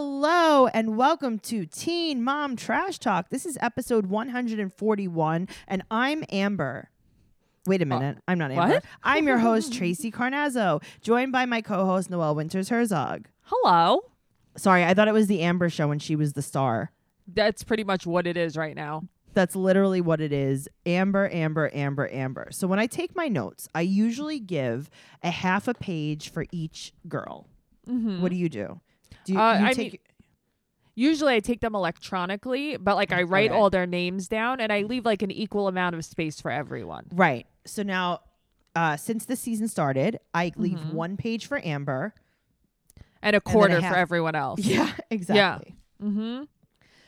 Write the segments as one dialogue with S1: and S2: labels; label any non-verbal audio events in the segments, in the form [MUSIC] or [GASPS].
S1: Hello and welcome to Teen Mom Trash Talk. This is episode 141 and I'm Amber. Wait a minute. I'm not Amber.
S2: Uh, what?
S1: I'm your
S2: [LAUGHS]
S1: host Tracy Carnazzo, joined by my co-host Noelle Winters Herzog.
S2: Hello.
S1: Sorry, I thought it was the Amber show when she was the star.
S2: That's pretty much what it is right now.
S1: That's literally what it is. Amber, Amber, Amber, Amber. So when I take my notes, I usually give a half a page for each girl.
S2: Mm-hmm.
S1: What do you do? Do you,
S2: Uh,
S1: you
S2: I
S1: take
S2: mean, usually I take them electronically, but like I write
S1: Okay.
S2: all their names down and I leave like an equal amount of space for everyone.
S1: Right. So now, uh, since the season started, I leave
S2: Mhm.
S1: one page for Amber.
S2: And a
S1: then I
S2: quarter
S1: have-
S2: for everyone else.
S1: Yeah, exactly.
S2: Mm-hmm.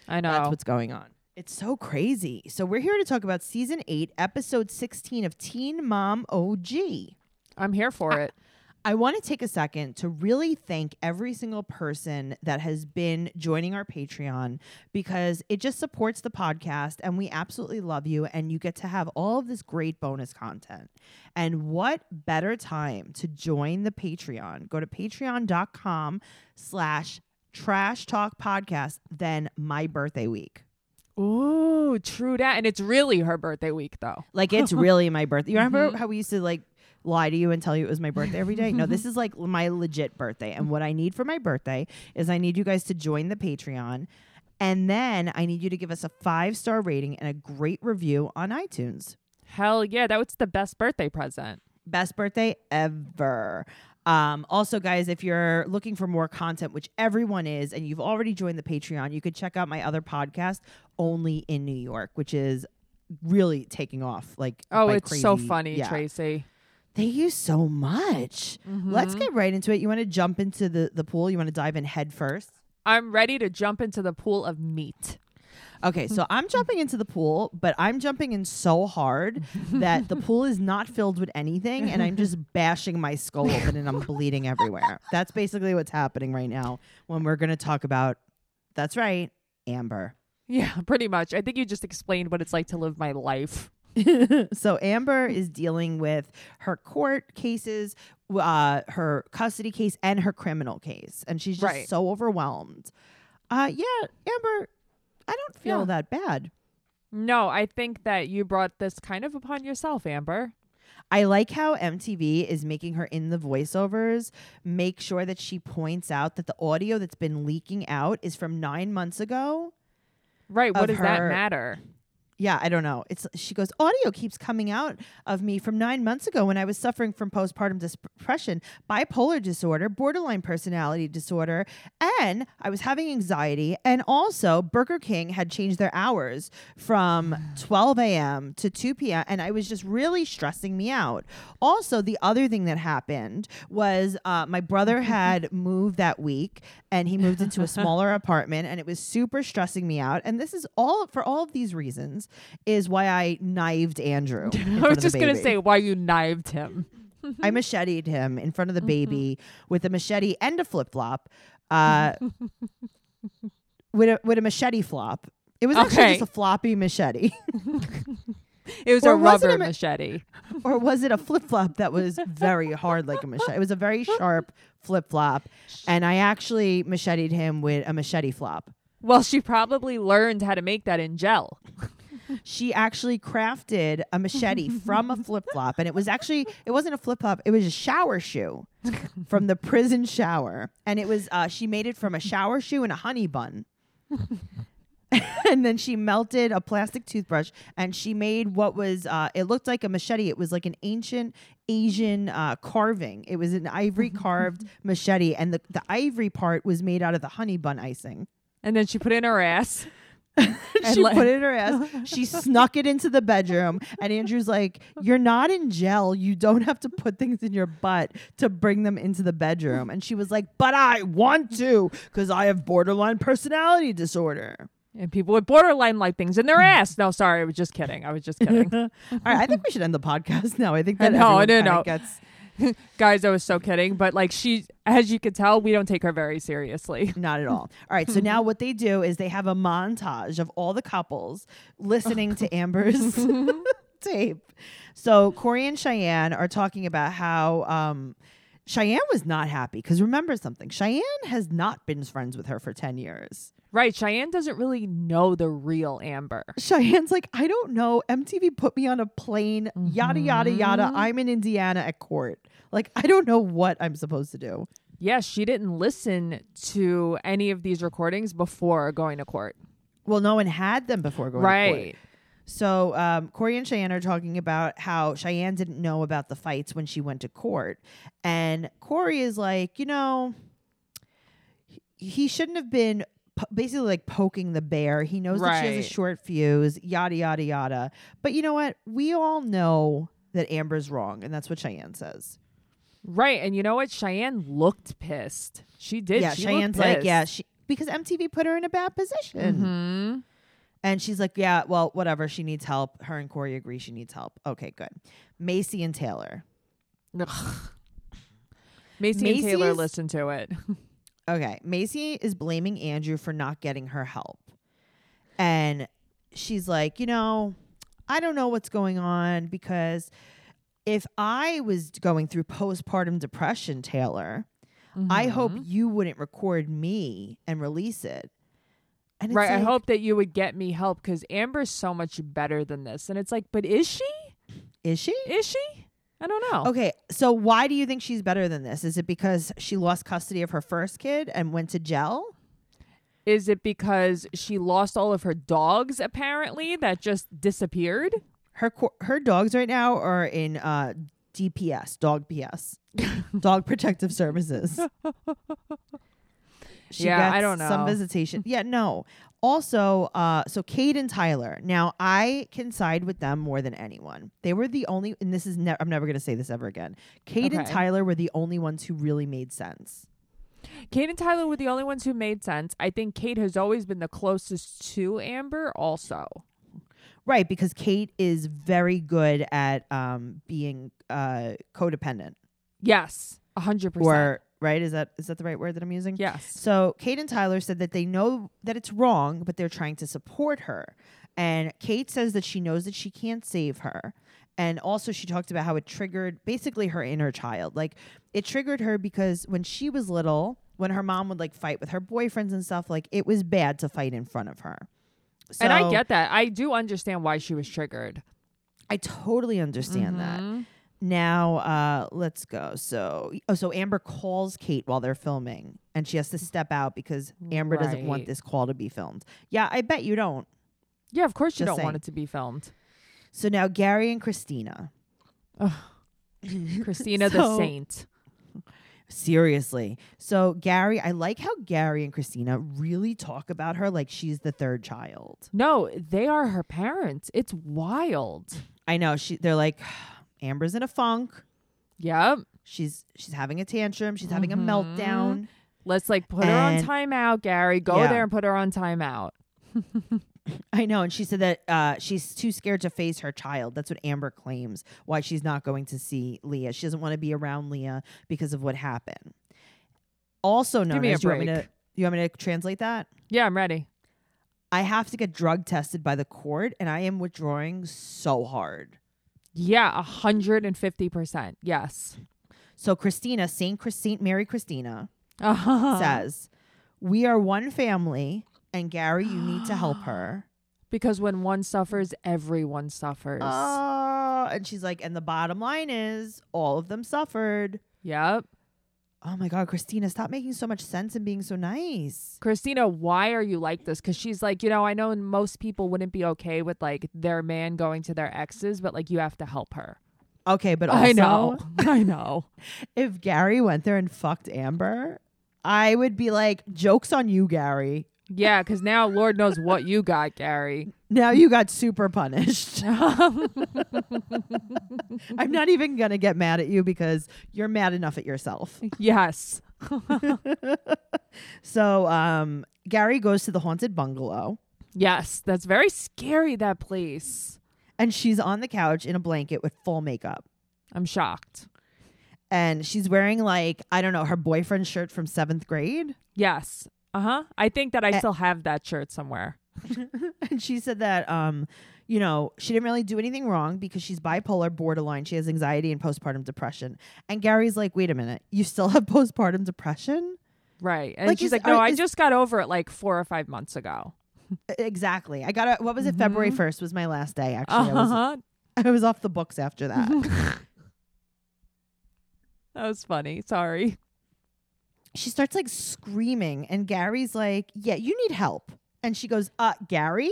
S2: I know.
S1: That's what's going on. It's so crazy. So we're here to talk about season eight, episode 16 of Teen Mom OG.
S2: I'm here for it.
S1: I want to take a second to really thank every single person that has been joining our Patreon because it just supports the podcast and we absolutely love you. And you get to have all of this great bonus content. And what better time to join the Patreon? Go to patreon.com slash trash talk podcast than my birthday week.
S2: Ooh, true that. And it's really her birthday week though.
S1: Like
S2: [LAUGHS]
S1: it's really my birthday. You remember
S2: Mm-hmm.
S1: how we used to like lie to you and tell you it was my birthday every day? No,
S2: [LAUGHS]
S1: this is like my legit birthday. And what I need for my birthday is I need you guys to join the Patreon. And then I need you to give us a five star rating and a great review on iTunes.
S2: Hell yeah, that was the best birthday present.
S1: Best birthday ever. Um, also, guys, if you're looking for more content, which everyone is, and you've already joined the Patreon, you could check out my other podcast, Only in New York, which is really taking off. Like,
S2: Oh,
S1: by
S2: it's so
S1: crazy-
S2: funny,
S1: yeah.
S2: Tracy.
S1: They use so much. Let's
S2: Mhm.
S1: get right into it. You want to jump into the, the pool? You want to dive in head first?
S2: I'm ready to jump into the pool of meat.
S1: Okay, so I'm jumping into the pool, but I'm jumping in so hard that the pool is not filled with anything and I'm just bashing my skull open and I'm bleeding everywhere. That's basically what's happening right now when we're going to talk about, that's right, Amber.
S2: Yeah, pretty much. I think you just explained what it's like to live my life.
S1: so Amber is dealing with her court cases, uh, her custody case, and her criminal case, and she's just
S2: Right.
S1: so overwhelmed. Uh, yeah, Amber, I don't feel
S2: Yeah.
S1: that bad.
S2: No, I think that you brought this kind of upon yourself, Amber.
S1: I like how MTV is making her in the voiceovers make sure that she points out that the audio that's been leaking out is from nine months ago.
S2: Right. What
S1: Of
S2: does that
S1: her-
S2: matter?
S1: Yeah, I don't know. It's she goes, audio keeps coming out of me from nine months ago when I was suffering from postpartum dis- depression, bipolar disorder, borderline personality disorder, and I was having anxiety. And also, Burger King had changed their hours from 12 a.m. to 2 p.m. And I was just really stressing me out. Also, the other thing that happened was uh, my
S2: [LAUGHS]
S1: brother had moved that week, and he moved into a smaller apartment, and it was super stressing me out. And this is all for all of these reasons is why I knived
S2: [LAUGHS]
S1: Andrew. in front
S2: I
S1: of
S2: was
S1: the
S2: just going to
S1: baby.
S2: say mm-hmm. why you knived him.
S1: I macheted him in front of the
S2: Mm-hmm.
S1: baby with a machete and a flip
S2: [LAUGHS]
S1: flop. Uh, with a with a machete flop. It was actually
S2: Okay.
S1: just a floppy machete.
S2: It was
S1: Or
S2: a
S1: was it
S2: rubber
S1: a ma-
S2: machete.
S1: or was it a flip flop that was very hard like a machete? It was a very sharp flip flop. And I actually macheted him with a machete flop.
S2: Well, she probably learned how to make that in gel.
S1: She actually crafted a machete from a flip flop. And it was actually, it wasn't a flip flop, it was a shower shoe from the prison shower. And it was, uh, she made it from a shower shoe and a honey bun. [LAUGHS] and then she melted a plastic toothbrush and she made what was uh, it looked like a machete it was like an ancient asian uh, carving it was an ivory carved machete and the, the ivory part was made out of the honey bun icing
S2: And then she put it in her ass. And
S1: [LAUGHS] she
S2: like-
S1: put it in her
S2: [LAUGHS]
S1: ass she snuck it into the bedroom and andrew's like you're not in jail you don't have to put things in your butt to bring them into the bedroom and she was like but i want to because i have borderline personality disorder
S2: And people with borderline like things in
S1: Mm.
S2: their ass. No, sorry. I was just kidding. I was just kidding.
S1: [LAUGHS] All right, I think we should end the podcast [LAUGHS] now. I think
S2: I
S1: that
S2: know,
S1: everyone
S2: I didn't
S1: kinda
S2: know.
S1: gets
S2: Guys, I was so kidding. But like she, as you could tell, we don't take her very seriously.
S1: not at all. All right, so now what they do is they have a montage of all the couples listening [LAUGHS] to Amber's tape. So Corey and Cheyenne are talking about how um, Cheyenne was not happy because remember something. Cheyenne has not been friends with her for 10 years.
S2: Right. Cheyenne doesn't really know the real Amber.
S1: Cheyenne's like, I don't know. MTV put me on a plane, yada, yada, yada.
S2: Mhm.
S1: I'm in Indiana at court. Like, I don't know what I'm supposed to do.
S2: Yeah, she didn't listen to any of these recordings before going to court.
S1: Well, no one had them before going to court.
S2: right.
S1: So um, Corey and Cheyenne are talking about how Cheyenne didn't know about the fights when she went to court, and Corey is like, you know, he- he shouldn't have been po- basically like poking the bear. He knows that she has
S2: Right.
S1: a short fuse, yada yada yada. But you know what? We all know that Amber's wrong, and that's what Cheyenne says.
S2: Right. And you know what? Cheyenne looked pissed. She did.
S1: yeah,
S2: she looked
S1: Cheyenne's like,
S2: pissed.
S1: yeah, she because MTV put her in a bad position.
S2: Mhm.
S1: And she's like, yeah, well, whatever. She needs help. Her and Corey agree she needs help. Okay, good. Macy and Taylor.
S2: Ugh. Macy and Taylor
S1: Macy's-
S2: listened to it.
S1: Okay. Macy is blaming Andrew for not getting her help. And she's like, you know, I don't know what's going on because if I was going through postpartum depression, Taylor, I hope
S2: Mhm.
S1: you wouldn't record me and release it. And it's
S2: Right. I
S1: like-
S2: hope that you would get me help because Amber's so much better than this. And it's like, but is she?
S1: Is she?
S2: Is she? I don't know.
S1: Okay, so why do you think she's better than this? Is it because she lost custody of her first kid and went to jail?
S2: Is it because she lost all of her dogs apparently that just disappeared?
S1: Her co- her dogs right now are in uh, DPS, dog PS,
S2: [LAUGHS]
S1: dog protective services. She
S2: Yeah, I
S1: gets
S2: don't
S1: Some
S2: know.
S1: visitation. Yeah, no. Also, uh, so Cade and Tyler. Now, I can side with them more than anyone. They were the only, and this is, ne- I'm never going to say this ever again. Cade and
S2: Okay.
S1: Tyler were the only ones who really made sense.
S2: Kate and Tyler were the only ones who made sense. I think Kate has always been the closest to Amber, also.
S1: Right, because Kate is very good at um, being uh, codependent.
S2: Yes, 100%.
S1: Or right is that is that the right word that I'm using?
S2: yes.
S1: So Kate and Tyler said that they know that it's wrong, but they're trying to support her. And Kate says that she knows that she can't save her. And also, she talked about how it triggered basically her inner child. Like, it triggered her because when she was little, when her mom would like fight with her boyfriends and stuff, like it was bad to fight in front of her. So
S2: and I get that. I do understand why she was triggered.
S1: I totally understand that.
S2: Mhm.
S1: Now, uh, let's go. So, oh, so Amber calls Kate while they're filming, and she has to step out because Amber doesn't want
S2: Right.
S1: this call to be filmed. Yeah, I bet you don't.
S2: Yeah, of course you
S1: Just
S2: don't want
S1: saying.
S2: it to
S1: [LAUGHS]
S2: be filmed.
S1: So now Gary and Christina.
S2: Christina the
S1: So-
S2: Saint.
S1: Seriously. So Gary, I like how Gary and Christina really talk about her like she's the third child.
S2: No, they are her parents. It's wild.
S1: I know she. They're like, [SIGHS] Amber's in a funk.
S2: Yep.
S1: She's she's having a tantrum. She's having
S2: Mhm.
S1: a meltdown.
S2: Let's like put her on
S1: And-
S2: timeout, Gary. Go
S1: Yeah.
S2: there and put her on timeout.
S1: I know. And she said that uh, she's too scared to face her child. That's what Amber claims why she's not going to see Leah. She doesn't want to be around Leah because of what happened. Also known
S2: me a
S1: as, do you want me
S2: break.
S1: to- you want me to translate that?
S2: Yeah, I'm ready.
S1: I have to get drug tested by the court, and I am withdrawing so hard.
S2: Yeah, hundred and fifty percent. Yes. [LAUGHS]
S1: So Christina, Saint Chris, Saint Mary Christina,
S2: Uh-huh.
S1: says, "We are one family, and Gary, you need to
S2: [GASPS]
S1: help her."
S2: Because when one suffers, everyone suffers.
S1: Uh, and she's like, "And the bottom line is, all of them suffered."
S2: yep.
S1: Oh my God, Christina, stop making so much sense and being so nice.
S2: Christina, why are you like this? Because she's like, you know, I know most people wouldn't be okay with like their man going to their exes, but like you have to help her.
S1: Okay, but also,
S2: I know. [LAUGHS] I know.
S1: if Gary went there and fucked Amber, I would be like, "Jokes on you, Gary."
S2: Yeah, because now Lord knows what you got, Gary.
S1: Now you got super punished. I'm not even going to get mad at you because you're mad enough at yourself.
S2: [LAUGHS] yes.
S1: So, um, Gary goes to the haunted bungalow
S2: Yes. That's very scary, that place.
S1: and she's on the couch in a blanket with full makeup.
S2: I'm shocked.
S1: And she's wearing, like, I don't know, her boyfriend's shirt from seventh grade.
S2: Yes. Uh huh. I think that I
S1: Eh.
S2: still have that shirt somewhere.
S1: and she said that, um, you know, she didn't really do anything wrong because she's bipolar, borderline. She has anxiety and postpartum depression. And Gary's like, wait a minute, you still have [LAUGHS] postpartum depression?
S2: Right. And
S1: Like,
S2: she's
S1: is-
S2: like, no,
S1: are-
S2: I
S1: is-
S2: just got over it like four or five months ago.
S1: E-, Exactly. I got a, what was it? February
S2: Mm-hmm.
S1: 1st was my last day, actually.
S2: Uh
S1: I, was,
S2: huh.
S1: [LAUGHS] I was off the books after
S2: Mm-hmm.
S1: that.
S2: Uh-huh. [LAUGHS] That was funny. Sorry.
S1: she starts like screaming, and Gary's like, yeah, you need help. And she goes, uh, Gary?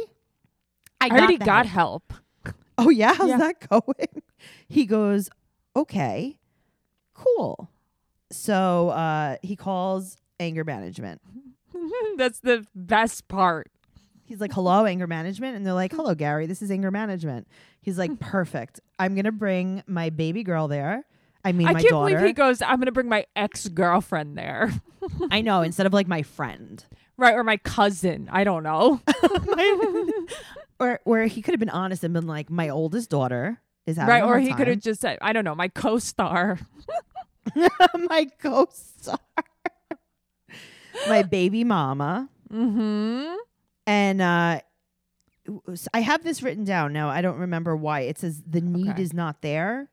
S2: I, already
S1: the
S2: got help.
S1: [LAUGHS] Oh yeah, how's
S2: Yeah.
S1: that going? He goes, okay, cool. So uh, he calls anger management.
S2: [LAUGHS] That's the best part.
S1: He's like, hello, anger management, and they're like, hello, Gary, this is anger management. He's
S2: [LAUGHS]
S1: like, perfect. I'm gonna bring my baby girl there. I mean,
S2: I
S1: my
S2: can't
S1: daughter.
S2: believe he goes, I'm going to bring my ex girlfriend there. [LAUGHS]
S1: I know. Instead of like my friend,
S2: right. Or my cousin. I don't know.
S1: or or he could have been honest and been like, my oldest daughter is having
S2: [LAUGHS] right.
S1: a
S2: Or
S1: hard
S2: he could
S1: time.
S2: have just said, I don't know, my co star.
S1: [LAUGHS] my co-star, "Oh, [LAUGHS] my baby mama.
S2: hmm.
S1: And uh, w- s- I have this written down now. I don't remember why. It says the need
S2: Okay.
S1: is not there.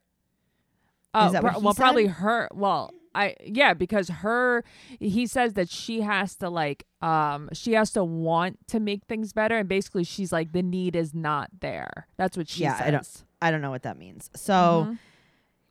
S2: Oh,
S1: that what
S2: pro-
S1: he
S2: well,
S1: said?
S2: probably her. Well, I yeah, because her. He says that she has to like, um, she has to want to make things better, and basically, she's like, the need is not there. That's what she
S1: Yeah, I
S2: says.
S1: don't- Oh. I don't know what that means.
S2: Mm-hmm.
S1: So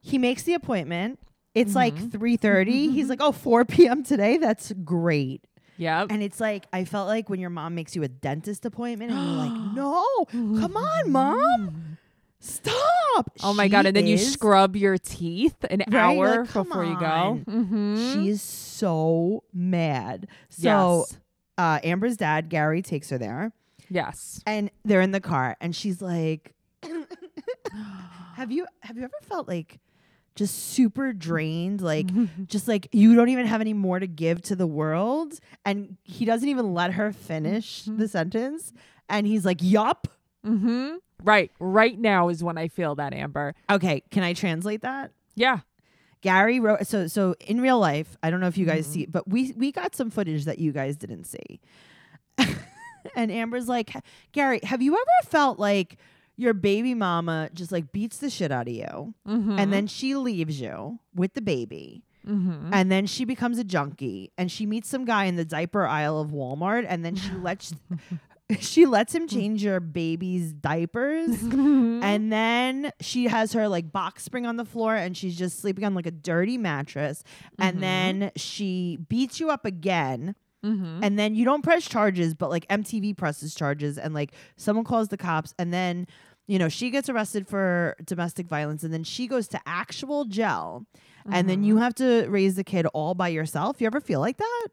S1: he makes the appointment. It's like
S2: [LAUGHS]
S1: 3:30. He's like, "Oh, 4 p.m. today. That's great."
S2: Yeah.
S1: And it's like I felt like when your mom makes you a dentist appointment and you're
S2: [GASPS]
S1: like, "No,
S2: Mm-hmm.
S1: come on, mom. Stop."
S2: Oh my
S1: She
S2: god! And then you
S1: is-
S2: scrub your teeth an
S1: Right, you're
S2: hour
S1: like, "Come
S2: before you go.
S1: on."
S2: Mm-hmm.
S1: She is so mad. So uh, Amber's dad, Gary, takes her there. [GASPS]
S2: yes. yes.
S1: and they're in the car and she's like have you have you ever felt like just super drained like just like you don't even have any more to give to the world and he doesn't even let her finish the sentence and he's like yup
S2: Mm-hmm. Right. Right now is when I feel that Amber.
S1: okay can i translate that
S2: Yeah.
S1: gary wrote so so in real life i don't know if you guys see but we we got some footage that you guys didn't see [LAUGHS] and amber's like gary have you ever felt like your baby mama just like beats the shit out of you
S2: Mm-hmm.
S1: and then she leaves you with the baby
S2: Mm-hmm.
S1: [LAUGHS] and then she becomes a junkie and she meets some guy in the diaper aisle of Walmart and then she lets [LAUGHS] she lets him change your baby's diapers
S2: Mm-hmm.
S1: and then she has her like box spring on the floor and she's just sleeping on like a dirty mattress and
S2: Mhm.
S1: then she beats you up again
S2: Mm-hmm.
S1: and then you don't press charges but like MTV presses charges and like someone calls the cops and then you know she gets arrested for domestic violence and then she goes to actual jail and then
S2: Mm-hmm.
S1: you have to raise the kid all by yourself you ever feel like that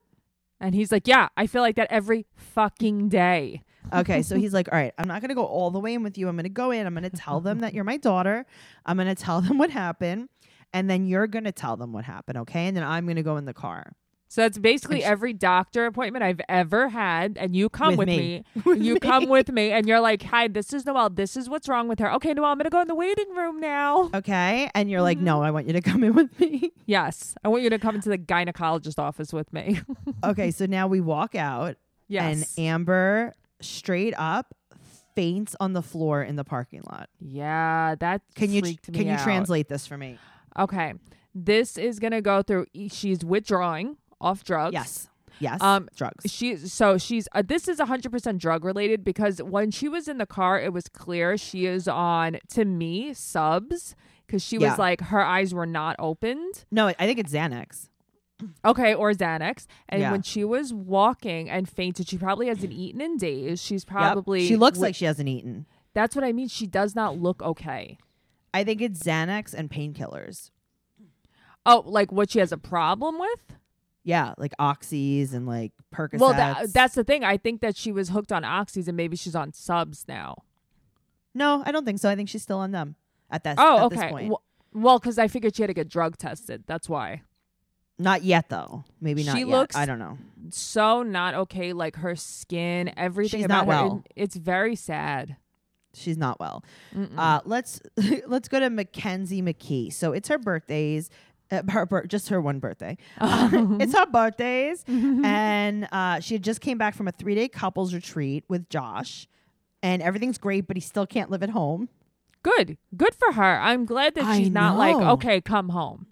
S2: And he's like, Yeah, I feel like that every fucking day.
S1: okay so he's like all right i'm not going to go all the way in with you i'm going to go in i'm going to tell them that you're my daughter i'm going to tell them what happened and then you're going to tell them what happened okay and then i'm going to go in the car
S2: So that's basically
S1: And sh-
S2: every doctor appointment I've ever had. And you come
S1: [LAUGHS] With
S2: [LAUGHS] with,
S1: me.
S2: me. you come with me. And you're like, Hi, this is Noelle. This is what's wrong with her. Okay, Noelle, I'm going to go in the waiting room now.
S1: okay and you're like
S2: Mm-hmm.
S1: no i want you to come in with me [LAUGHS]
S2: Yes. I want you to come into the gynecologist office with me.
S1: okay so now we walk out
S2: yes.
S1: and Amber straight up faints on the floor in the parking lot.
S2: yeah, that
S1: Can you
S2: freaked me
S1: can you
S2: out.
S1: translate this for me?
S2: Okay. This is going to go through, e- she's withdrawing off drugs.
S1: Yes. Yes.
S2: Um,
S1: drugs.
S2: She so she's uh, this is 100% drug related because when she was in the car it was clear she is on to me subs cuz she
S1: Yeah.
S2: was like her eyes were not opened.
S1: No, I think it's Xanax.
S2: Okay, or Xanax. And
S1: Yeah.
S2: when she was walking and fainted, she probably hasn't eaten in days. She's
S1: Yep.
S2: probably
S1: She looks
S2: wi-
S1: like she hasn't eaten.
S2: That's what I mean, she does not look okay.
S1: I think it's Xanax and painkillers.
S2: Oh, like what she has a problem with?
S1: Yeah, like oxys and like Percocets.
S2: Well, that, that's the thing. I think that she was hooked on oxys and maybe she's on subs now.
S1: No, I don't think so. I think she's still on them at that
S2: Oh,
S1: at
S2: okay.
S1: this point.
S2: Well- Well, because I figured she had to get drug tested. That's why.
S1: not yet though. Maybe not
S2: She
S1: yet.
S2: looks-
S1: I don't know.
S2: So not okay. Like her skin, everything
S1: She's
S2: about
S1: not
S2: her.
S1: well.
S2: and It's very sad.
S1: She's not well.
S2: Mm-mm.
S1: Uh, let's [LAUGHS] let's go to Mackenzie McKee. So it's her birthdays, uh, [LAUGHS] her bir- just her one birthday.
S2: Oh.
S1: Uh, [LAUGHS] it's her
S2: [LAUGHS]
S1: birthdays, and uh, she had just came back from a three day couples retreat with Josh. and everything's great, but he still can't live at home.
S2: Good. Good for her. I'm glad that
S1: I
S2: she's not like,
S1: know.
S2: okay, come home.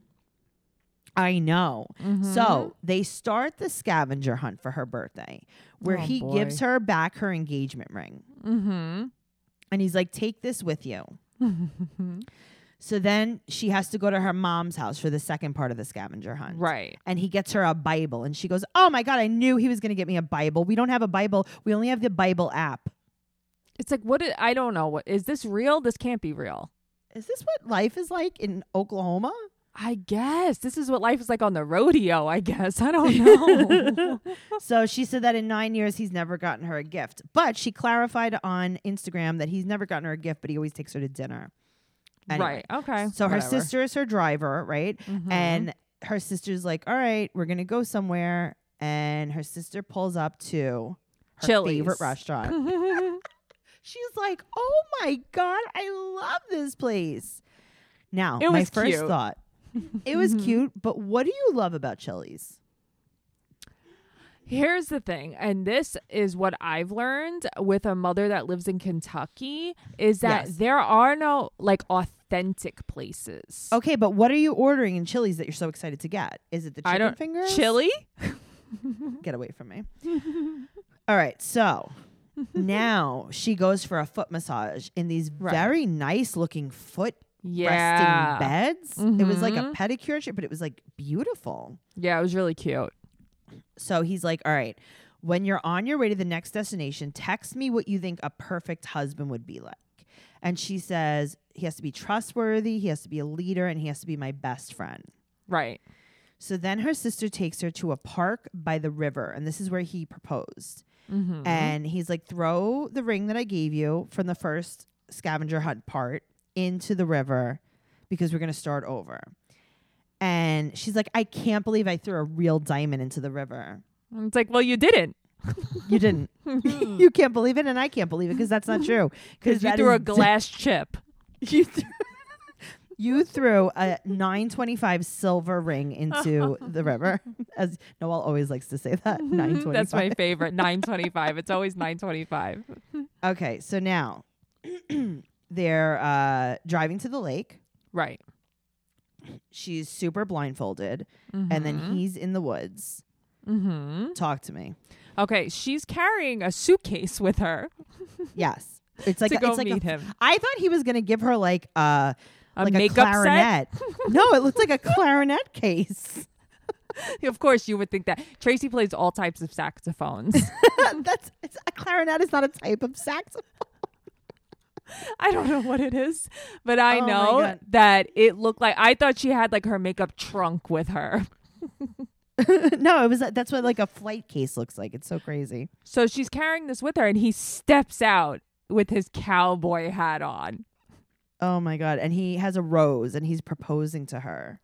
S1: I know.
S2: Mhm.
S1: So they start the scavenger hunt for her birthday, where
S2: Oh,
S1: he
S2: boy.
S1: gives her back her engagement ring.
S2: Mm-hmm. [LAUGHS]
S1: And he's like, take this with you.
S2: Mhm.
S1: So then she has to go to her mom's house for the second part of the scavenger hunt.
S2: right.
S1: And he gets her a Bible. And she goes, Oh my God, I knew he was going to get me a Bible. We don't have a Bible. We only have the Bible app.
S2: It's like what i- I don't know. What is this real? This can't be real.
S1: Is this what life is like in Oklahoma?
S2: I guess this is what life is like on the rodeo. I guess I don't know. [LAUGHS]
S1: so she said that in nine years, he's never gotten her a gift. But she clarified on Instagram that he's never gotten her a gift, but he always takes her to dinner. [LAUGHS] Anyway.
S2: Right. Okay.
S1: So her
S2: Whatever.
S1: sister is her driver, right?
S2: Mhm.
S1: And her sister's like, "All right, we're gonna go somewhere," and her sister pulls up to her favorite
S2: Chili's.
S1: restaurant.
S2: [LAUGHS]
S1: She's like, "Oh my god, I love this place." Now,
S2: It
S1: my
S2: was
S1: first
S2: cute. [LAUGHS]
S1: thought, it was
S2: Mhm.
S1: cute, but what do you love about Chili's?
S2: Here's the thing, and this is what I've learned with a mother that lives in Kentucky is that
S1: Yes.
S2: there are no like authentic places.
S1: Okay, but what are you ordering in Chili's that you're so excited to get? Is it the chicken
S2: I don't
S1: fingers?
S2: chili.
S1: Get away from
S2: [LAUGHS]
S1: me. All right, so now she goes for a foot massage in these
S2: Right.
S1: very nice looking foot
S2: Yeah.
S1: resting beds. It was like a
S2: Mhm.
S1: pedicure shit, but it was like beautiful.
S2: Yeah, it was really cute.
S1: So he's like, All right, when you're on your way to the next destination, text me what you think a perfect husband would be like. And she says, He has to be trustworthy, he has to be a leader, and he has to be my best friend.
S2: Right.
S1: So then her sister takes her to a park by the river, and this is where he proposed.
S2: Mm-hmm.
S1: And he's like, Throw the ring that I gave you from the first scavenger hunt part into the river because we're going to start over. And she's like, I can't believe I threw a real diamond into the river.
S2: it's like, well, you didn't. [LAUGHS]
S1: You didn't. [LAUGHS] you can't believe it, and I can't believe it because that's not
S2: [LAUGHS]
S1: true.
S2: Mm-hmm. Because you
S1: that
S2: threw
S1: is [LAUGHS]
S2: a [LAUGHS] glass chip.
S1: you threw, you threw a 925 silver ring
S2: [LAUGHS]
S1: into the river as noel always likes to say that 925
S2: That's my favorite. Nine twenty-five. It's always nine twenty-five.
S1: okay so now [CLEARS THROAT] they're uh, driving to the lake
S2: Right.
S1: she's super blindfolded and then he's in the woods
S2: Mm-hmm.
S1: talk to
S2: [LAUGHS]
S1: me
S2: Okay, she's carrying a suitcase with her
S1: yes it's like
S2: to
S1: a-
S2: go
S1: it's like
S2: meet
S1: a,
S2: him.
S1: i thought he was gonna give her like uh
S2: A
S1: like a
S2: makeup set. [LAUGHS]
S1: clarinet no it looked like a clarinet case [LAUGHS]
S2: [LAUGHS] Of course, you would think that Tracy plays all types of
S1: [LAUGHS]
S2: saxophones.
S1: that's it's, a clarinet is not a type of saxophone
S2: I don't know what it is, but I
S1: Oh my
S2: know
S1: God.
S2: that it looked like I thought she had like her makeup trunk with her.
S1: [LAUGHS] no, it was uh, that's what like a flight case looks like. It's so crazy.
S2: So she's carrying this with her, and he steps out with his cowboy hat on.
S1: Oh my god! And he has a rose, and he's proposing to her.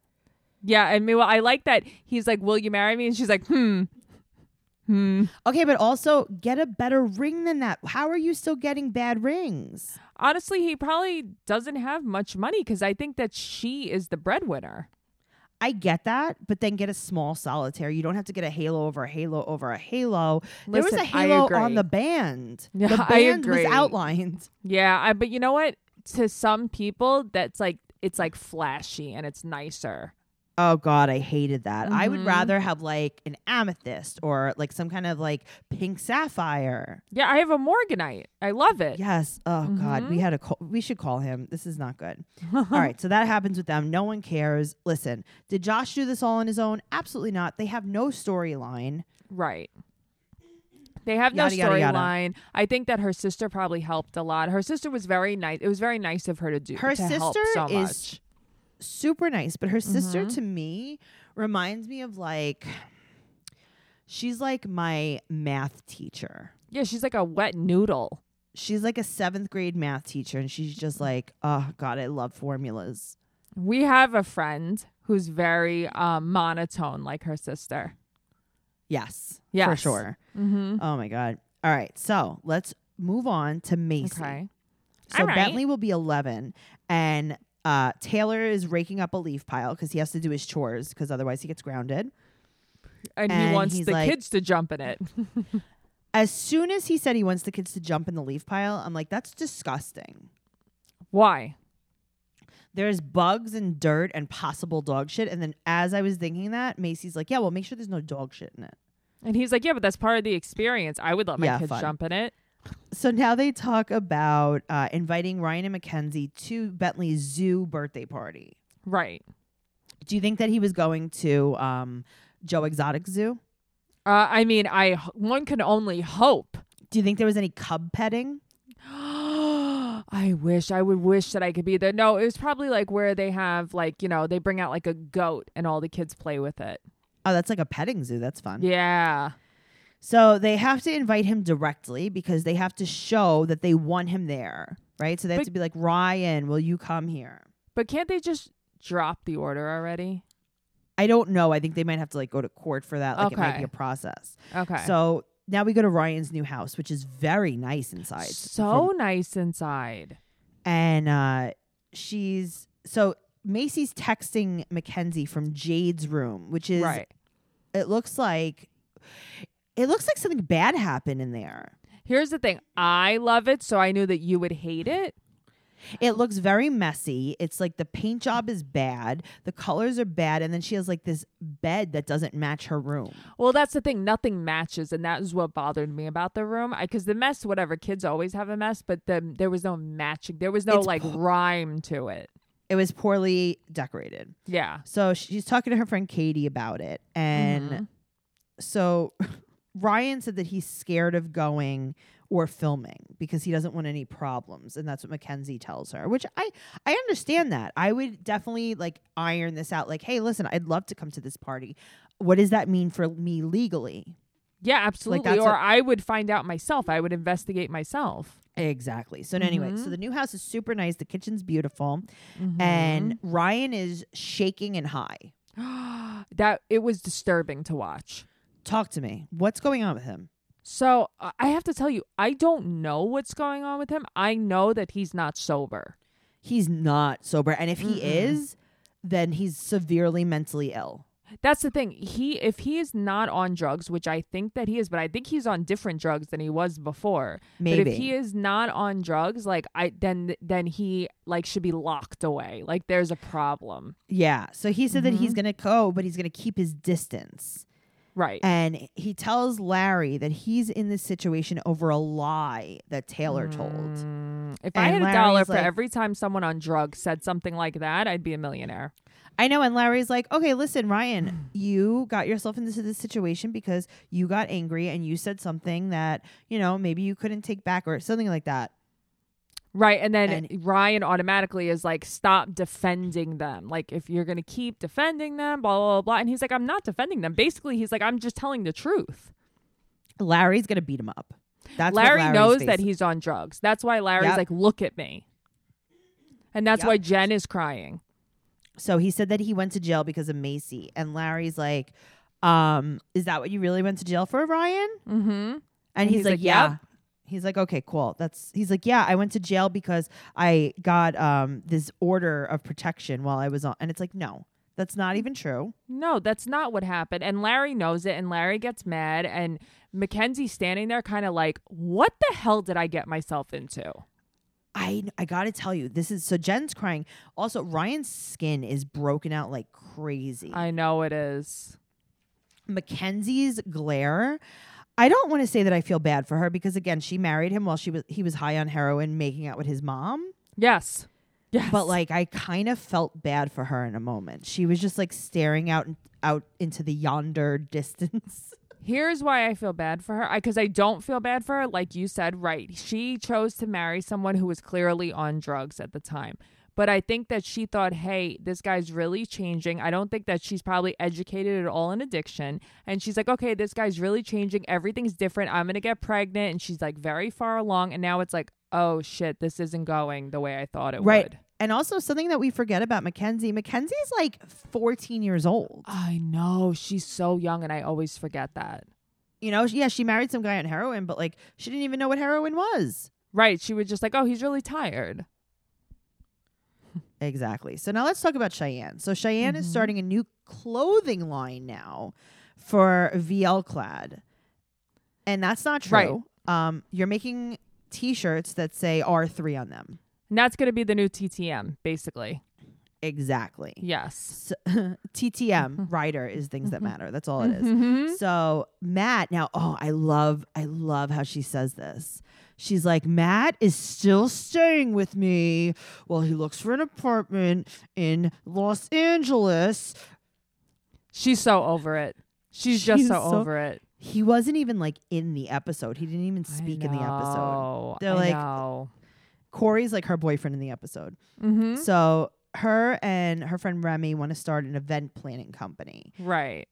S2: Yeah, and meanwhile, I like that he's like, "Will you marry me?" And she's like, "Hmm, hmm."
S1: Okay, but also get a better ring than that. How are you still getting bad rings?
S2: Honestly, he probably doesn't have much money because I think that she is the breadwinner.
S1: I get that, but then get a small solitaire. You don't have to get a halo over a halo over a halo. there was
S2: Listen,
S1: a
S2: I
S1: halo on
S2: agree.
S1: the band.
S2: [LAUGHS] Yeah,
S1: the
S2: I
S1: band
S2: agree.
S1: was outlined.
S2: Yeah, I, but you know what? To some people, that's like it's like flashy and it's nicer.
S1: Oh god, I hated that. I would
S2: Mhm.
S1: rather have like an amethyst or like some kind of like pink sapphire.
S2: Yeah, I have a Morganite. I love it.
S1: Yes. Oh God,
S2: Mm-hmm.
S1: we had a call. We should call him. This is not
S2: [LAUGHS]
S1: good. all right. So that happens with them. No one cares. Listen, did Josh do this all on his own? Absolutely not. They have no storyline.
S2: Right. They have
S1: Yada,
S2: no
S1: yada, yada.
S2: storyline. I think that her sister probably helped a lot. Her sister was very nice. It was very nice of her to do.
S1: Her
S2: to help
S1: sister
S2: so Mm-hmm.
S1: is- Super nice, but her sister to me reminds me of like she's like my math teacher.
S2: much. yeah. She's like a wet noodle.
S1: She's like a seventh grade math teacher, and she's just like, oh God, I love formulas.
S2: We have a friend who's very um, monotone, like her sister.
S1: Yes. For
S2: Yes.
S1: sure.
S2: Mm-hmm.
S1: Oh my God. All right. So let's move on to Macy.
S2: Okay.
S1: So
S2: All right.
S1: Bentley will be 11, and uh, Taylor is raking up a leaf pile because he has to do his chores because otherwise he gets grounded.
S2: And,
S1: And
S2: he wants
S1: he's
S2: the
S1: like-
S2: kids to jump in it.
S1: As soon as he said he wants the kids to jump in the leaf pile, I'm like, that's disgusting.
S2: Why?
S1: There's bugs and dirt and possible dog shit. And then as I was thinking that, Macy's like, yeah, well, make sure there's no dog shit in it.
S2: And he's like, yeah, but that's part of the experience. I would let my
S1: Yeah,
S2: kids
S1: fun.
S2: jump in it.
S1: So now they talk about uh, inviting Ryan and Mackenzie to Bentley's zoo birthday party.
S2: Right.
S1: Do you think that he was going to um, Joe Exotic Zoo?
S2: Uh, I mean, I one can only hope. [GASPS]
S1: Do you think there was any cub petting?
S2: I wish I would wish that I could be there. No, it was probably like where they have like you know they bring out like a goat and all the kids play with it.
S1: Oh, that's like a petting zoo. That's fun.
S2: Yeah.
S1: So they have to invite him directly because they have to show that they want him there, right? So they have
S2: But-
S1: to be like, Ryan, will you come here?
S2: But can't they just drop the order already?
S1: I don't know. I think they might have to like go to court for that. Like it might
S2: Okay.
S1: be a process.
S2: Okay.
S1: So now we go to Ryan's new house, which is very nice inside.
S2: so nice inside.
S1: and uh, she's so Macy's texting Mackenzie from Jade's room, which is
S2: Right.
S1: it looks like it looks like something bad happened in there.
S2: Here's the thing. I love it, so I knew that you would hate it.
S1: It looks very messy. It's like the paint job is bad, the colors are bad, and then she has like this bed that doesn't match her room.
S2: Well, that's the thing. Nothing matches, and that is what bothered me about the room. I Because the mess, whatever. Kids always have a mess, but the, there was no matching. There was no
S1: It's
S2: like
S1: po-
S2: rhyme to it.
S1: It was poorly decorated.
S2: Yeah.
S1: So she's talking to her friend Katie about it. And
S2: Mhm.
S1: so [LAUGHS] Ryan said that he's scared of going or filming because he doesn't want any problems and that's what Mackenzie tells her which I I understand that I would definitely like iron this out like hey listen I'd love to come to this party what does that mean for me legally
S2: yeah, absolutely.
S1: that's
S2: or
S1: what-
S2: I would find out myself. I would investigate myself.
S1: exactly so anyway so
S2: Mhm.
S1: the new house is super nice the kitchen's beautiful
S2: Mhm.
S1: and Ryan is shaking and high
S2: [GASPS] that it was disturbing to watch.
S1: talk to me what's going on with him
S2: So I I have to tell you, I don't know what's going on with him. I know that he's not sober.
S1: he's not sober and if he
S2: Mm-mm.
S1: is then he's severely mentally ill
S2: That's the thing. He if he is not on drugs, which I think that he is, but I think he's on different drugs than he was before.
S1: maybe
S2: But if he is not on drugs, like I then then he like should be locked away. Like there's a problem.
S1: Yeah. So he said that
S2: Mm-hmm.
S1: he's going to go, but he's going to keep his distance.
S2: Right.
S1: And he tells Larry that he's in this situation over a lie that Taylor told.
S2: Mm, if I
S1: And
S2: had a
S1: Larry's
S2: dollar for
S1: like-
S2: every time someone on drugs said something like that, I'd be a millionaire.
S1: I know. And Larry's like, okay, listen,
S2: [CLEARS THROAT]
S1: Ryan, you got yourself into this situation because you got angry and you said something that, you know, maybe you couldn't take back or something like that.
S2: Right. And then
S1: And-
S2: Ryan automatically is like, stop defending them. Like, if you're going to keep defending them, blah, blah, blah, blah. And he's like, I'm not defending them. Basically, he's like, I'm just telling the truth.
S1: Larry's going to beat him up. That's what
S2: Larry
S1: Larry's
S2: knows
S1: face-
S2: that he's on drugs. That's why Larry's
S1: Yep.
S2: like, look at me. And that's
S1: Yep.
S2: why Jen is crying.
S1: So he said that he went to jail because of Macy. And Larry's like, um, is that what you really went to jail for, Ryan?
S2: Mm-hmm.
S1: And he's, like, yeah.
S2: "Yep."
S1: He's like, okay, cool. That's he's like, yeah. I went to jail because I got um this order of protection while I was on, and it's like, no, that's not even true.
S2: No, that's not what happened. And Larry knows it. And Larry gets mad. And Mackenzie's standing there, kind of like, what the hell did I get myself into?
S1: I I gotta tell you, this is so Jen's crying. Also, Ryan's skin is broken out like crazy.
S2: I know it is.
S1: Mackenzie's glare. I don't want to say that I feel bad for her because again, she married him while she was he was high on heroin, making out with his mom.
S2: Yes. Yes.
S1: But like I kind of felt bad for her in a moment. She was just like staring out out into the yonder [LAUGHS] distance.
S2: Here's why I feel bad for her. Because I, don't feel bad for her. Like you said, right. She chose to marry someone who was clearly on drugs at the time. But I think that she thought, hey, this guy's really changing. I don't think that she's probably educated at all in addiction. And she's like, okay, this guy's really changing. Everything's different. I'm going to get pregnant. And she's like very far along. And now it's like, oh shit, this isn't going the way I thought it
S1: Right.
S2: would.
S1: And also something that we forget about Mackenzie. Mackenzie's like 14 years old.
S2: I know. She's so young. And I always forget that.
S1: You know, yeah, she married some guy on heroin, but like she didn't even know what heroin was.
S2: Right. She was just like, oh, he's really tired.
S1: Exactly. So now let's talk about Cheyenne. So Cheyenne is
S2: Mhm.
S1: starting a new clothing line now for VL Clad. and that's not
S2: Right.
S1: true. Um, you're making T-shirts that say R3 on them.
S2: And that's going to be the new TTM, basically.
S1: Exactly.
S2: Yes.
S1: So, TTM
S2: Mm-hmm.
S1: writer is things that matter. That's all it is.
S2: Mhm.
S1: So Matt, now oh, I love I love how she says this. She's like, Matt is still staying with me while he looks for an apartment in Los Angeles.
S2: She's so over it. She's, just
S1: She's
S2: so,
S1: so-
S2: over it.
S1: He wasn't even like in the episode. He didn't even
S2: I
S1: speak in the episode.
S2: know,
S1: They're
S2: I
S1: like-
S2: know.
S1: Corey's like her boyfriend in the episode. mm-hmm.
S2: Mhm.
S1: So her and her friend Remy want to start an event planning company.
S2: right.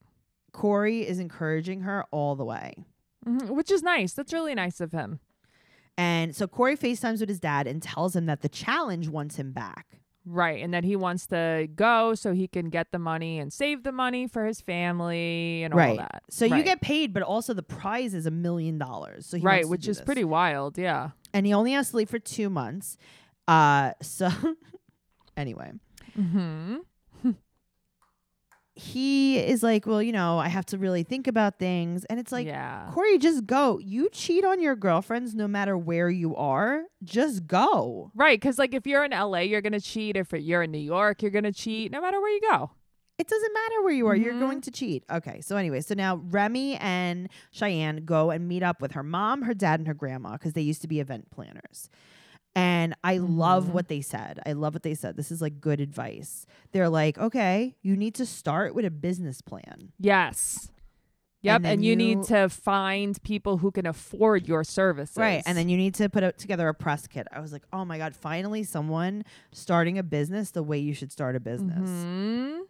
S1: Corey is encouraging her all the way.
S2: Mhm. Which is nice. That's really nice of him.
S1: And so Corey FaceTimes with his dad and tells him that the challenge wants him back.
S2: Right. And that he wants to go so he can get the money and save the money for his family and all
S1: Right.
S2: that.
S1: So you
S2: Right.
S1: get paid, but also the prize is a million dollars. So he wants
S2: right,
S1: to
S2: which
S1: do
S2: is
S1: this.
S2: pretty wild. Yeah.
S1: And he only has to leave for two months. Uh, so [LAUGHS] anyway,
S2: Mm-hmm.
S1: he is like, well, you know, I have to really think about things, and it's like.
S2: yeah.
S1: Corey, just go. You cheat on your girlfriends no matter where you are. Just go.
S2: Right, because like if you're in LA, you're gonna cheat. If you're in New York, you're gonna cheat. No matter where you go.
S1: It doesn't matter where you are. You're
S2: Mhm.
S1: going to cheat. Okay. So, anyway, so now Remy and Cheyenne go and meet up with her mom, her dad, and her grandma because they used to be event planners. And I love
S2: Mhm.
S1: what they said. I love what they said. This is like good advice. They're like, okay, you need to start with a business plan.
S2: Yes. Yep. And,
S1: then
S2: you, need
S1: you-
S2: to find people who can afford your services.
S1: Right. And then you need to put out together a press kit. I was like, oh my God, finally someone starting a business the way you should start a business.
S2: Mhm.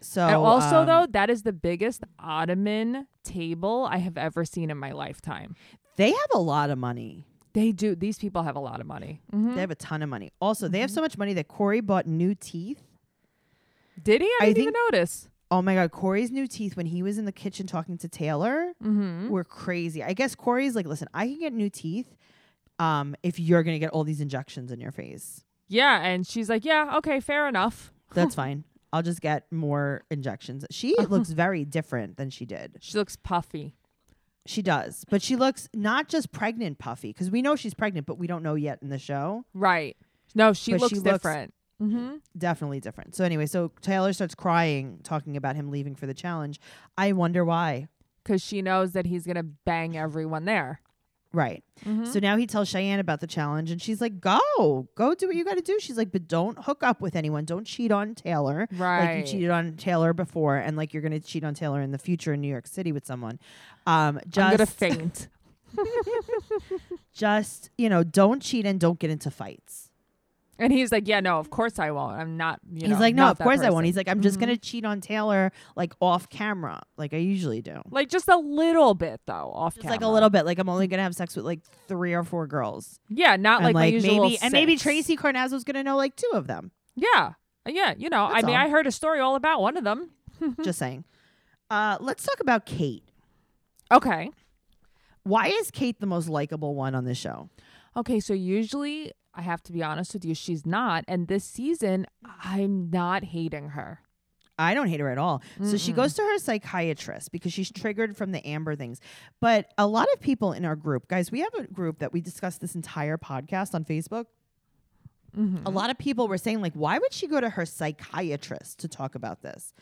S1: So,
S2: and also
S1: um,
S2: though, that is the biggest ottoman table I have ever seen in my lifetime.
S1: they have a lot of money.
S2: They do. These people have a lot of money.
S1: They have a ton of money. Also, they have so much money that Corey bought new teeth.
S2: Did he?
S1: I
S2: I didn't even notice.
S1: Oh my God, Corey's new teeth when he was in the kitchen talking to Taylor
S2: Mm-hmm.
S1: were crazy. I guess Corey's like, listen, I can get new teeth um, if you're going to get all these injections in your face.
S2: Yeah. And she's like, yeah, okay, fair enough.
S1: That's fine. I'll just get more injections. She looks very different than she did.
S2: She looks puffy.
S1: She does, but she looks not just pregnant, puffy, because we know she's pregnant, but we don't know yet in the show.
S2: Right. No, she
S1: But
S2: looks
S1: she looks-
S2: different. mm-hmm.
S1: Definitely different. So, anyway, so Taylor starts crying, talking about him leaving for the challenge. I wonder why.
S2: Because she knows that he's gonna bang everyone there.
S1: Right.
S2: Mm-hmm.
S1: So now he tells Cheyenne about the challenge, and she's like, "Go, go, do what you got to do." She's like, "But don't hook up with anyone. Don't cheat on Taylor,
S2: Right.
S1: Like you cheated on Taylor before, and like you're gonna cheat on Taylor in the future in New York City with someone. Um,
S2: I'm gonna
S1: just,
S2: faint.
S1: just you know, don't cheat and don't get into fights."
S2: And he's like, "Yeah, no, of course I won't. I'm not." You
S1: He's
S2: know,
S1: like, "No,
S2: not
S1: of
S2: that
S1: course I won't."
S2: person." Mm-hmm.
S1: He's like, "I'm just gonna cheat on Taylor, like off camera, like I usually do."
S2: like just a little bit though, off
S1: Just
S2: camera.
S1: like a little bit, like I'm only gonna have sex with like three or four girls,
S2: Yeah, not
S1: and
S2: like, my usual.
S1: maybe, and maybe
S2: six.
S1: Tracy Carnazzo's gonna know like two of them.
S2: Yeah, yeah. You know,
S1: That's
S2: I mean,
S1: all.
S2: I heard a story all about one of them.
S1: Just saying. Uh, let's talk about Kate.
S2: Okay.
S1: Why is Kate the most likable one on this show?
S2: Okay, so usually I have to be honest with you, she's not, and this season I'm not hating her.
S1: I don't hate her at all. So she goes to her psychiatrist because she's triggered from the Amber things. But a lot of people in our group, guys, we have a group that we discussed this entire podcast on Facebook. A lot of people were saying, like, why would she go to her psychiatrist to talk about this?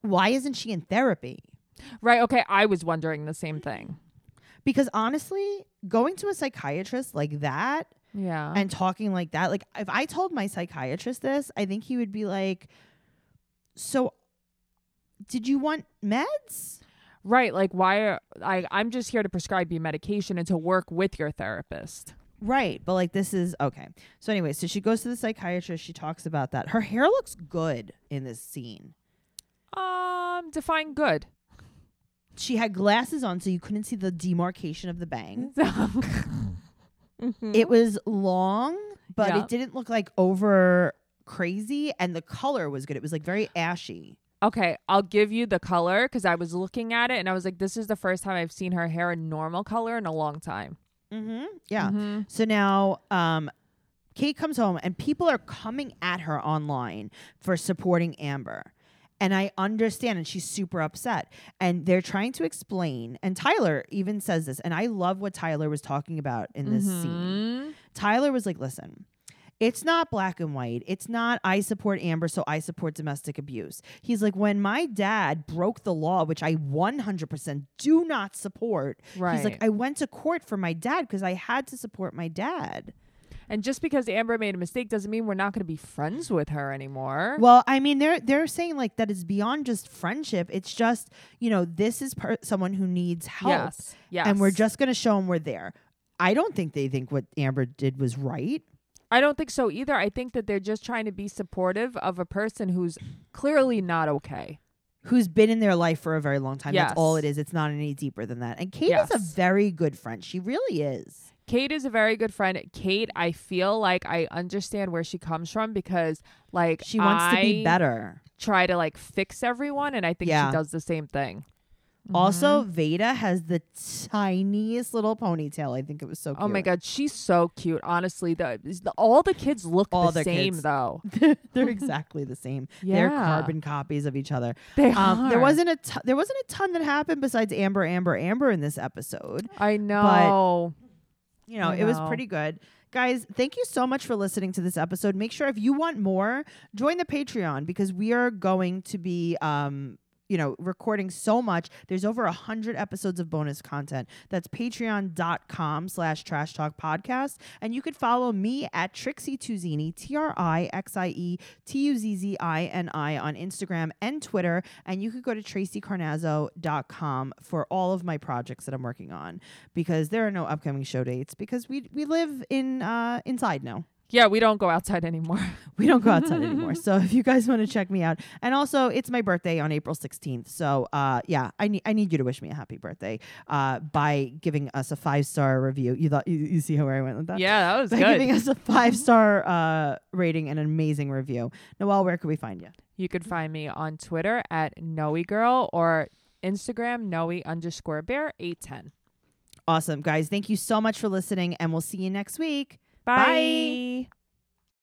S1: Why isn't she in therapy?
S2: Right? Okay, I was wondering the same thing.
S1: Because honestly, going to a psychiatrist like that
S2: Yeah.
S1: and talking like that. Like if I told my psychiatrist this, I think he would be like, "So, did you want meds?"
S2: right. Like, why? Are, I I'm just here to prescribe you medication and to work with your therapist.
S1: Right, but like this is okay. So anyway, so she goes to the psychiatrist. She talks about that. Her hair looks good in this scene.
S2: Um, define good. [LAUGHS]
S1: She had glasses on, so you couldn't see the demarcation of the bang. It was long, but
S2: Yeah.
S1: it didn't look like over crazy, and the color was good. It was like very ashy.
S2: Okay, I'll give you the color because I was looking at it and I was like, this is the first time I've seen her hair in normal color in a long time.
S1: Mm-hmm. Yeah.
S2: Mhm.
S1: So now, um, Kate comes home and people are coming at her online for supporting Amber. And I understand, and she's super upset. And they're trying to explain. And Tyler even says this, and I love what Tyler was talking about in this scene.
S2: Mhm.
S1: Tyler was like, listen, it's not black and white. It's not I support Amber, so I support domestic abuse. He's like, when my dad broke the law, which I 100% do not support,
S2: Right.
S1: he's like, I went to court for my dad because I had to support my dad.
S2: and just because Amber made a mistake doesn't mean we're not going to be friends with her anymore.
S1: Well, I mean, they're they're saying like that is beyond just friendship. It's just you know this is per- someone who needs help,
S2: yes. Yes.
S1: and we're just going to show them we're there. I don't think they think what Amber did was right.
S2: I don't think so either. I think that they're just trying to be supportive of a person who's clearly not okay.
S1: who's been in their life for a very long time.
S2: Yes.
S1: That's all it is. It's not any deeper than that. And Kate is a
S2: Yes.
S1: very good friend. She really is.
S2: Kate is a very good friend. Kate, I feel like I understand where she comes from because like
S1: She wants to
S2: I
S1: be better.
S2: Try to like fix everyone and I think
S1: Yeah.
S2: she does the same thing.
S1: Also,
S2: Mm-hmm.
S1: Veda has the tiniest little ponytail. I think it was so cute.
S2: Oh my god, she's so cute. Honestly, the, is the- all the kids look
S1: All
S2: the
S1: the
S2: same
S1: kids.
S2: though.
S1: [LAUGHS]
S2: [LAUGHS]
S1: They're exactly the same. They're
S2: Yeah.
S1: carbon copies of each other.
S2: They
S1: Um, there
S2: are.
S1: wasn't a t- there wasn't a ton that happened besides Amber, Amber, Amber in this episode.
S2: I know.
S1: You know,
S2: I
S1: it was
S2: know.
S1: pretty good. Guys, thank you so much for listening to this episode. Make sure if you want more, join the Patreon because we are going to be um you know, recording so much. There's over a hundred episodes of bonus content. That's patreon.com slash trash talk podcast. And you could follow me at Trixie Tuzini, E T-R-I-X-I-E-T-U-Z-Z-I-N-I on Instagram and Twitter. And you could go to tracycarnazzo.com for all of my projects that I'm working on because there are no upcoming show dates because we we live in uh inside now.
S2: Yeah, we don't go outside
S1: [LAUGHS]
S2: anymore.
S1: We don't
S2: [LAUGHS]
S1: go outside anymore. So if you guys want to check me out, and also it's my birthday on April 16th. So uh, yeah, I need I need you to wish me a happy birthday uh, by giving us a five star review. You thought you, you see how I went with that?
S2: yeah, that was
S1: By
S2: good.
S1: giving us a five star uh, rating and an amazing review. Noelle, where can we find you?
S2: You could find me on Twitter at Noe Girl or Instagram Noe underscore bear eight ten.
S1: Awesome, guys. Thank you so much for listening, and we'll see you next week.
S2: Bye.